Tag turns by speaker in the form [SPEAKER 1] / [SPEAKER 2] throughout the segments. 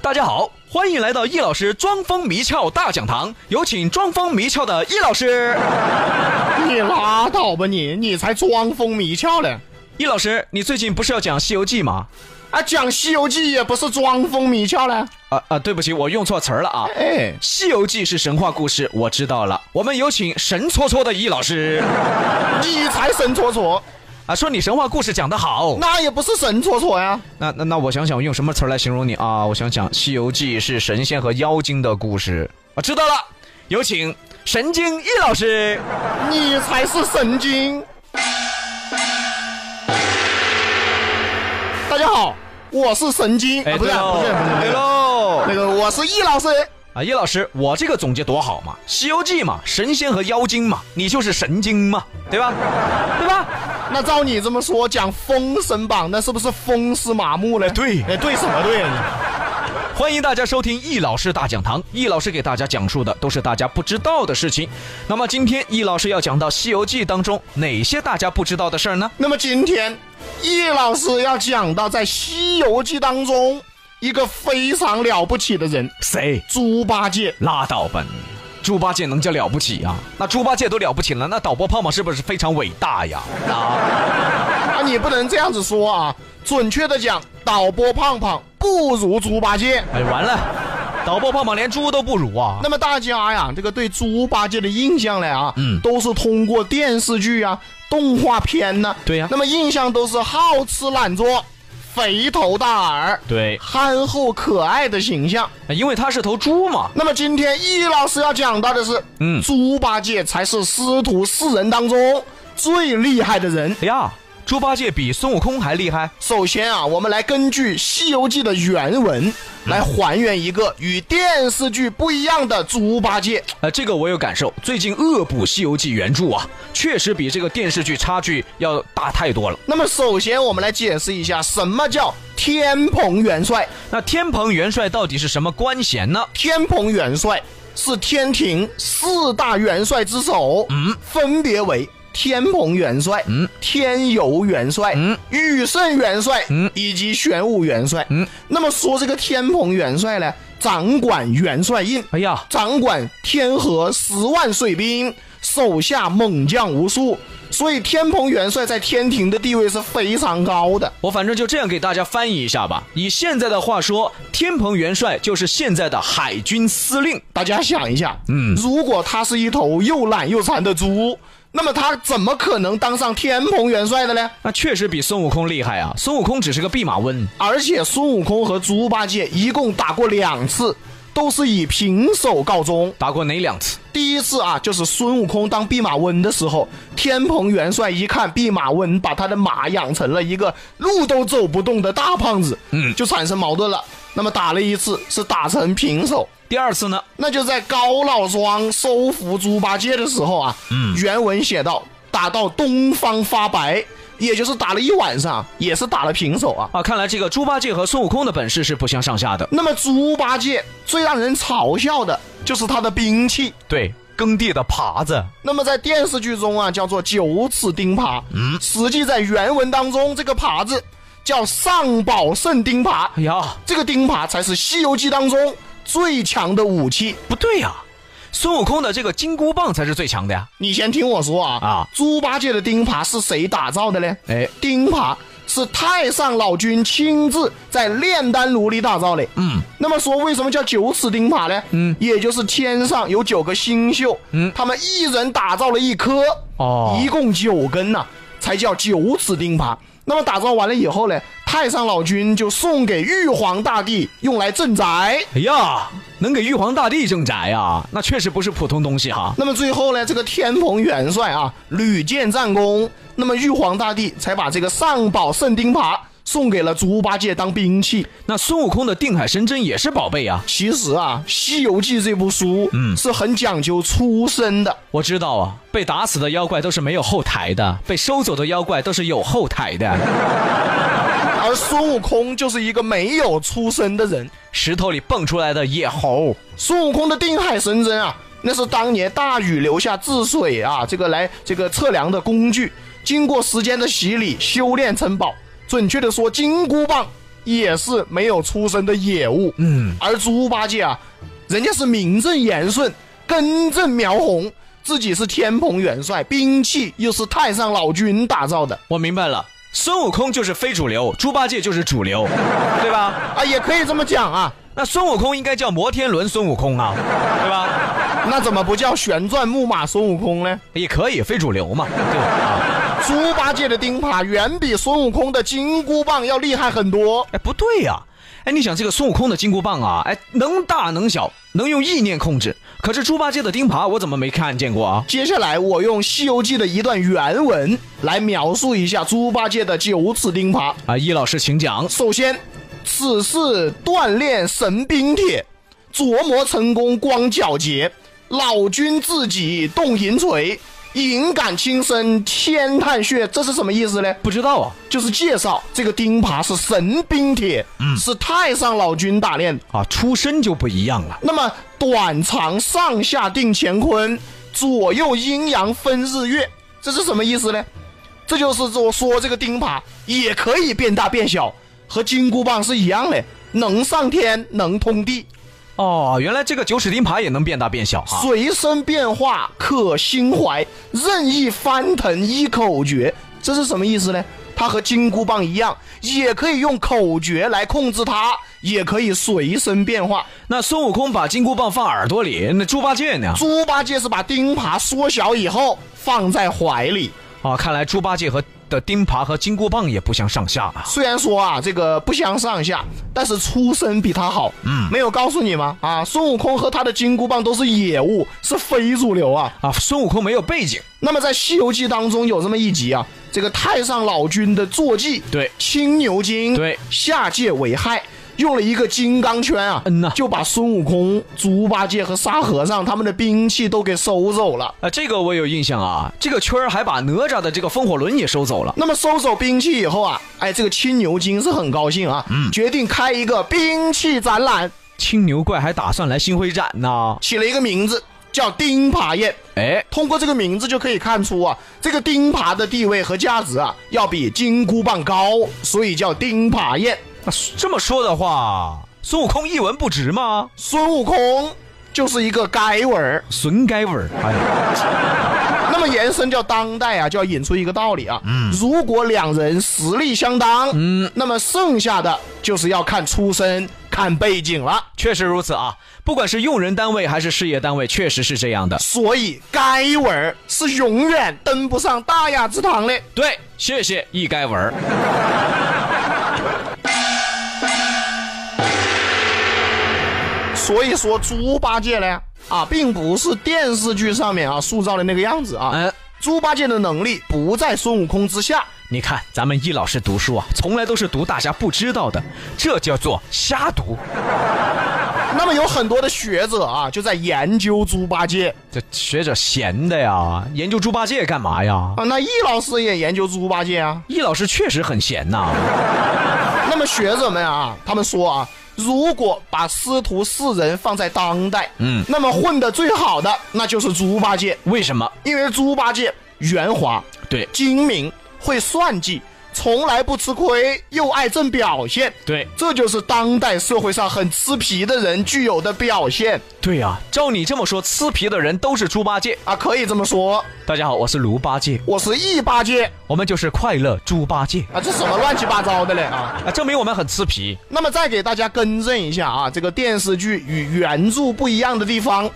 [SPEAKER 1] 大家好，欢迎来到易老师装疯迷窍大讲堂，有请装疯迷窍的易老师。
[SPEAKER 2] 你拉倒吧你，你才装疯迷窍嘞！
[SPEAKER 1] 易老师，你最近不是要讲《西游记》吗？
[SPEAKER 2] 啊，讲《西游记》也不是装疯迷窍嘞。
[SPEAKER 1] 啊啊，对不起，我用错词儿了啊，《
[SPEAKER 2] 哎，
[SPEAKER 1] 西游记》是神话故事，我知道了。我们有请神搓搓的易老师
[SPEAKER 2] 你才神戳戳，
[SPEAKER 1] 啊，说你神话故事讲得好。
[SPEAKER 2] 那也不是神戳戳呀。
[SPEAKER 1] 那那那，我想想，我用什么词儿来形容你啊？我想想，《西游记》是神仙和妖精的故事啊，知道了。有请神经易老师。
[SPEAKER 2] 你才是神经！大家好，我是神经，啊不是、
[SPEAKER 1] 哎对喽
[SPEAKER 2] 不是不
[SPEAKER 1] 对哦
[SPEAKER 2] 是
[SPEAKER 1] 喽。
[SPEAKER 2] 那个，我是易老师。
[SPEAKER 1] 啊，叶老师，我这个总结多好嘛，《西游记》嘛，神仙和妖精嘛，你就是神精嘛，对吧？对吧？
[SPEAKER 2] 那照你这么说，讲《封神榜》，那是不是风师麻木嘞？
[SPEAKER 1] 对
[SPEAKER 2] 哎，对什么对啊你？
[SPEAKER 1] 欢迎大家收听易老师大讲堂，易老师给大家讲述的都是大家不知道的事情。那么今天易老师要讲到《西游记》当中哪些大家不知道的事儿呢？
[SPEAKER 2] 那么今天易老师要讲到在《西游记》当中一个非常了不起的人
[SPEAKER 1] 谁？
[SPEAKER 2] ——猪八戒。
[SPEAKER 1] 拉倒吧你！猪八戒能叫了不起啊？那猪八戒都了不起了，那导播胖胖是不是非常伟大呀？啊，
[SPEAKER 2] 啊，你不能这样子说啊！准确的讲，导播胖胖不如猪八戒。
[SPEAKER 1] 哎，完了，导播胖胖连猪都不如啊！
[SPEAKER 2] 那么大家呀，这个对猪八戒的印象嘞啊，
[SPEAKER 1] 嗯
[SPEAKER 2] 都是通过电视剧啊、动画片呢、
[SPEAKER 1] 对呀
[SPEAKER 2] 那么印象都是好吃懒做、肥头大耳、
[SPEAKER 1] 对，
[SPEAKER 2] 憨厚可爱的形象。
[SPEAKER 1] 因为他是头猪嘛。
[SPEAKER 2] 那么今天易老师要讲到的是，
[SPEAKER 1] 嗯
[SPEAKER 2] 猪八戒才是师徒四人当中最厉害的人。
[SPEAKER 1] 哎呀，猪八戒比孙悟空还厉害。
[SPEAKER 2] 首先啊，我们来根据《西游记》的原文来还原一个与电视剧不一样的猪八戒。
[SPEAKER 1] 呃，这个我有感受，最近恶补《西游记》原著啊，确实比这个电视剧差距要大太多了。
[SPEAKER 2] 那么，首先我们来解释一下什么叫天蓬元帅。
[SPEAKER 1] 那天蓬元帅到底是什么官衔呢？
[SPEAKER 2] 天蓬元帅是天庭四大元帅之首，嗯，分别为天蓬元帅、嗯，天游元帅、嗯，羽圣元帅，嗯，以及玄武元帅，嗯。那么说这个天蓬元帅呢，掌管元帅印，
[SPEAKER 1] 哎呀，
[SPEAKER 2] 掌管天河十万水兵，手下猛将无数，所以天蓬元帅在天庭的地位是非常高的。
[SPEAKER 1] 我反正就这样给大家翻译一下吧。以现在的话说，天蓬元帅就是现在的海军司令。
[SPEAKER 2] 大家想一下，嗯，如果他是一头又懒又馋的猪，那么他怎么可能当上天蓬元帅的呢？
[SPEAKER 1] 那确实比孙悟空厉害啊！孙悟空只是个弼马温，
[SPEAKER 2] 而且孙悟空和猪八戒一共打过两次，都是以平手告终。
[SPEAKER 1] 打过哪两次？
[SPEAKER 2] 第一次啊，就是孙悟空当弼马温的时候，天蓬元帅一看弼马温把他的马养成了一个路都走不动的大胖子，嗯，就产生矛盾了。那么打了一次是打成平手，
[SPEAKER 1] 第二次呢？
[SPEAKER 2] 那就在高老庄收服猪八戒的时候啊，嗯，原文写道，打到东方发白，也就是打了一晚上，也是打了平手啊。
[SPEAKER 1] 啊，看来这个猪八戒和孙悟空的本事是不相上下的。
[SPEAKER 2] 那么猪八戒最让人嘲笑的就是他的兵器，
[SPEAKER 1] 对，耕地的耙子。
[SPEAKER 2] 那么在电视剧中啊叫做九齿钉耙，嗯，实际在原文当中这个耙子叫上宝圣钉耙，
[SPEAKER 1] 哎呀，
[SPEAKER 2] 这个钉耙才是《西游记》当中最强的武器。
[SPEAKER 1] 不对呀、孙悟空的这个金箍棒才是最强的呀。
[SPEAKER 2] 你先听我说啊
[SPEAKER 1] 啊
[SPEAKER 2] 猪八戒的钉耙是谁打造的呢？
[SPEAKER 1] 哎
[SPEAKER 2] 钉耙是太上老君亲自在炼丹炉里打造的。嗯，那么说为什么叫九齿钉耙呢？嗯，也就是天上有九个星宿，嗯，他们一人打造了一颗，
[SPEAKER 1] 哦
[SPEAKER 2] 一共九根呐、才叫九齿钉耙。那么打造完了以后呢，太上老君就送给玉皇大帝用来镇宅。
[SPEAKER 1] 哎呀，能给玉皇大帝镇宅呀，那确实不是普通东西哈。
[SPEAKER 2] 那么最后呢，这个天蓬元帅啊屡建战功，那么玉皇大帝才把这个上宝圣钉耙送给了猪八戒当兵器。
[SPEAKER 1] 那孙悟空的定海神针也是宝贝呀。
[SPEAKER 2] 其实啊，《西游记》这部书，嗯，是很讲究出身的。
[SPEAKER 1] 我知道啊，被打死的妖怪都是没有后台的，被收走的妖怪都是有后台的。
[SPEAKER 2] 而孙悟空就是一个没有出身的人。
[SPEAKER 1] 石头里蹦出来的野猴，
[SPEAKER 2] 孙悟空的定海神针啊，那是当年大禹留下治水啊，这个来这个测量的工具，经过时间的洗礼，修炼成宝。准确的说，金箍棒也是没有出身的野物。
[SPEAKER 1] 嗯，
[SPEAKER 2] 而猪八戒啊，人家是名正言顺，根正苗红，自己是天蓬元帅，兵器又是太上老君打造的
[SPEAKER 1] 我明白了，孙悟空就是非主流，猪八戒就是主流，对吧？
[SPEAKER 2] 啊，也可以这么讲啊。
[SPEAKER 1] 那孙悟空应该叫摩天轮孙悟空啊，对吧？
[SPEAKER 2] 那怎么不叫旋转木马孙悟空呢？
[SPEAKER 1] 也可以非主流嘛，对吧？啊
[SPEAKER 2] 猪八戒的钉耙远比孙悟空的金箍棒要厉害很多。
[SPEAKER 1] 哎，不对呀、哎，你想这个孙悟空的金箍棒啊，哎，能大能小，能用意念控制。可是猪八戒的钉耙，我怎么没看见过啊？
[SPEAKER 2] 接下来，我用《西游记》的一段原文来描述一下猪八戒的九齿钉耙。
[SPEAKER 1] 啊，易老师请讲。
[SPEAKER 2] 首先，此是锻炼神兵帖，琢磨成功光皎洁。老君自己动银锤，银杆轻身天探穴，这是什么意思呢？
[SPEAKER 1] 不知道啊，
[SPEAKER 2] 就是介绍这个钉耙是神兵帖，是太上老君打练的。
[SPEAKER 1] 啊，出身就不一样了。
[SPEAKER 2] 那么短长上下定乾坤，左右阴阳分日月，这是什么意思呢？这就是说说这个钉耙也可以变大变小，和金箍棒是一样的，能上天，能通地，
[SPEAKER 1] 哦，原来这个九齿钉耙也能变大变小啊。
[SPEAKER 2] 随身变化，可心怀，任意翻腾依口诀，这是什么意思呢？它和金箍棒一样，也可以用口诀来控制它，也可以随身变化。
[SPEAKER 1] 那孙悟空把金箍棒放耳朵里，那猪八戒呢？
[SPEAKER 2] 猪八戒是把钉耙缩小以后放在怀里。
[SPEAKER 1] 啊，看来猪八戒和的钉耙和金箍棒也不相上下啊。
[SPEAKER 2] 虽然说啊，这个不相上下，但是出身比他好。嗯，没有告诉你吗？啊，孙悟空和他的金箍棒都是野物，是非主流啊。
[SPEAKER 1] 啊，孙悟空没有背景，
[SPEAKER 2] 那么在《西游记》当中有这么一集啊，这个太上老君的坐骑
[SPEAKER 1] 对
[SPEAKER 2] 青牛精
[SPEAKER 1] 对
[SPEAKER 2] 下界为害。用了一个金刚圈啊，
[SPEAKER 1] 嗯呐
[SPEAKER 2] 就把孙悟空、猪八戒和沙和尚他们的兵器都给收走了。
[SPEAKER 1] 啊，这个我有印象啊。这个圈儿还把哪吒的这个风火轮也收走了。
[SPEAKER 2] 那么收走兵器以后啊，哎，这个青牛精是很高兴啊，决定开一个兵器展览，
[SPEAKER 1] 青牛怪还打算来星辉展呢。
[SPEAKER 2] 起了一个名字叫钉耙宴。
[SPEAKER 1] 哎，
[SPEAKER 2] 通过这个名字就可以看出啊，这个钉耙的地位和价值啊，要比金箍棒高，所以叫钉耙宴。
[SPEAKER 1] 那这么说的话，孙悟空一文不值吗？
[SPEAKER 2] 孙悟空就是一个该文儿。
[SPEAKER 1] 损该文儿。哎呀，
[SPEAKER 2] 那么延伸叫当代啊，就要引出一个道理啊，如果两人实力相当，嗯，那么剩下的就是要看出身、看背景了。
[SPEAKER 1] 确实如此啊。不管是用人单位还是事业单位，确实是这样的。
[SPEAKER 2] 所以该文儿是永远登不上大雅之堂的。
[SPEAKER 1] 对，谢谢易该文儿。
[SPEAKER 2] 所以说猪八戒嘞啊，并不是电视剧上面啊塑造的那个样子啊。
[SPEAKER 1] 嗯，
[SPEAKER 2] 猪八戒的能力不在孙悟空之下，
[SPEAKER 1] 你看，咱们易老师读书啊，从来都是读大家不知道的，这叫做瞎读。
[SPEAKER 2] 那么有很多的学者啊就在研究猪八戒
[SPEAKER 1] 这学者闲的呀，研究猪八戒干嘛呀？
[SPEAKER 2] 啊，那易老师也研究猪八戒啊。
[SPEAKER 1] 易老师确实很闲呐、
[SPEAKER 2] 那么学者们啊，他们说啊，如果把师徒四人放在当代，
[SPEAKER 1] 嗯
[SPEAKER 2] 那么混得最好的那就是猪八戒，
[SPEAKER 1] 为什么？
[SPEAKER 2] 因为猪八戒圆滑，
[SPEAKER 1] 对
[SPEAKER 2] 精明，会算计，从来不吃亏，又爱挣表现。
[SPEAKER 1] 对
[SPEAKER 2] 这就是当代社会上很吃皮的人具有的表现
[SPEAKER 1] 对呀、照你这么说，吃皮的人都是猪八戒。
[SPEAKER 2] 啊，可以这么说。
[SPEAKER 1] 大家好，我是卢八戒，
[SPEAKER 2] 我是一八戒
[SPEAKER 1] 我们就是快乐猪八戒
[SPEAKER 2] 啊，这什么乱七八糟的嘞啊！
[SPEAKER 1] 啊，证明我们很吃皮。
[SPEAKER 2] 那么再给大家更正一下啊，这个电视剧与原著不一样的地方。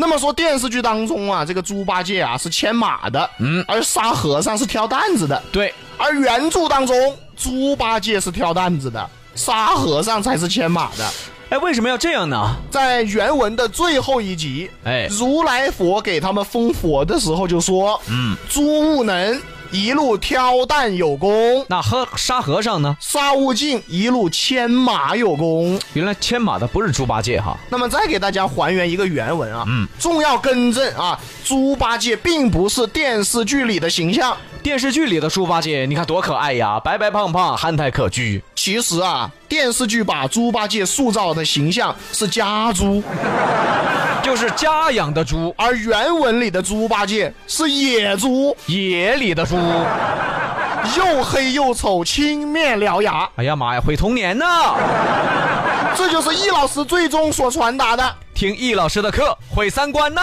[SPEAKER 2] 那么说电视剧当中啊，这个猪八戒啊是牵马的，嗯，而沙和尚是挑担子的，
[SPEAKER 1] 对，
[SPEAKER 2] 而原著当中猪八戒是挑担子的，沙和尚才是牵马的。
[SPEAKER 1] 哎，为什么要这样呢？
[SPEAKER 2] 在原文的最后一集，
[SPEAKER 1] 哎
[SPEAKER 2] 如来佛给他们封佛的时候就说，嗯，诸悟能一路挑担有功，
[SPEAKER 1] 那和沙和尚呢？
[SPEAKER 2] 沙悟净一路牵马有功。
[SPEAKER 1] 原来牵马的不是猪八戒哈。
[SPEAKER 2] 那么再给大家还原一个原文啊，嗯，重要更正啊，猪八戒并不是电视剧里的形象，
[SPEAKER 1] 电视剧里的猪八戒，你看多可爱呀，白白胖胖，憨态可掬。
[SPEAKER 2] 其实啊，电视剧把猪八戒塑造的形象是家猪，
[SPEAKER 1] 就是家养的猪，
[SPEAKER 2] 而原文里的猪八戒是野猪，
[SPEAKER 1] 野里的猪。
[SPEAKER 2] 又黑又丑，青面獠牙，
[SPEAKER 1] 哎呀妈呀，毁童年呢！
[SPEAKER 2] 这就是易老师最终所传达的。
[SPEAKER 1] 听易老师的课毁三观呢。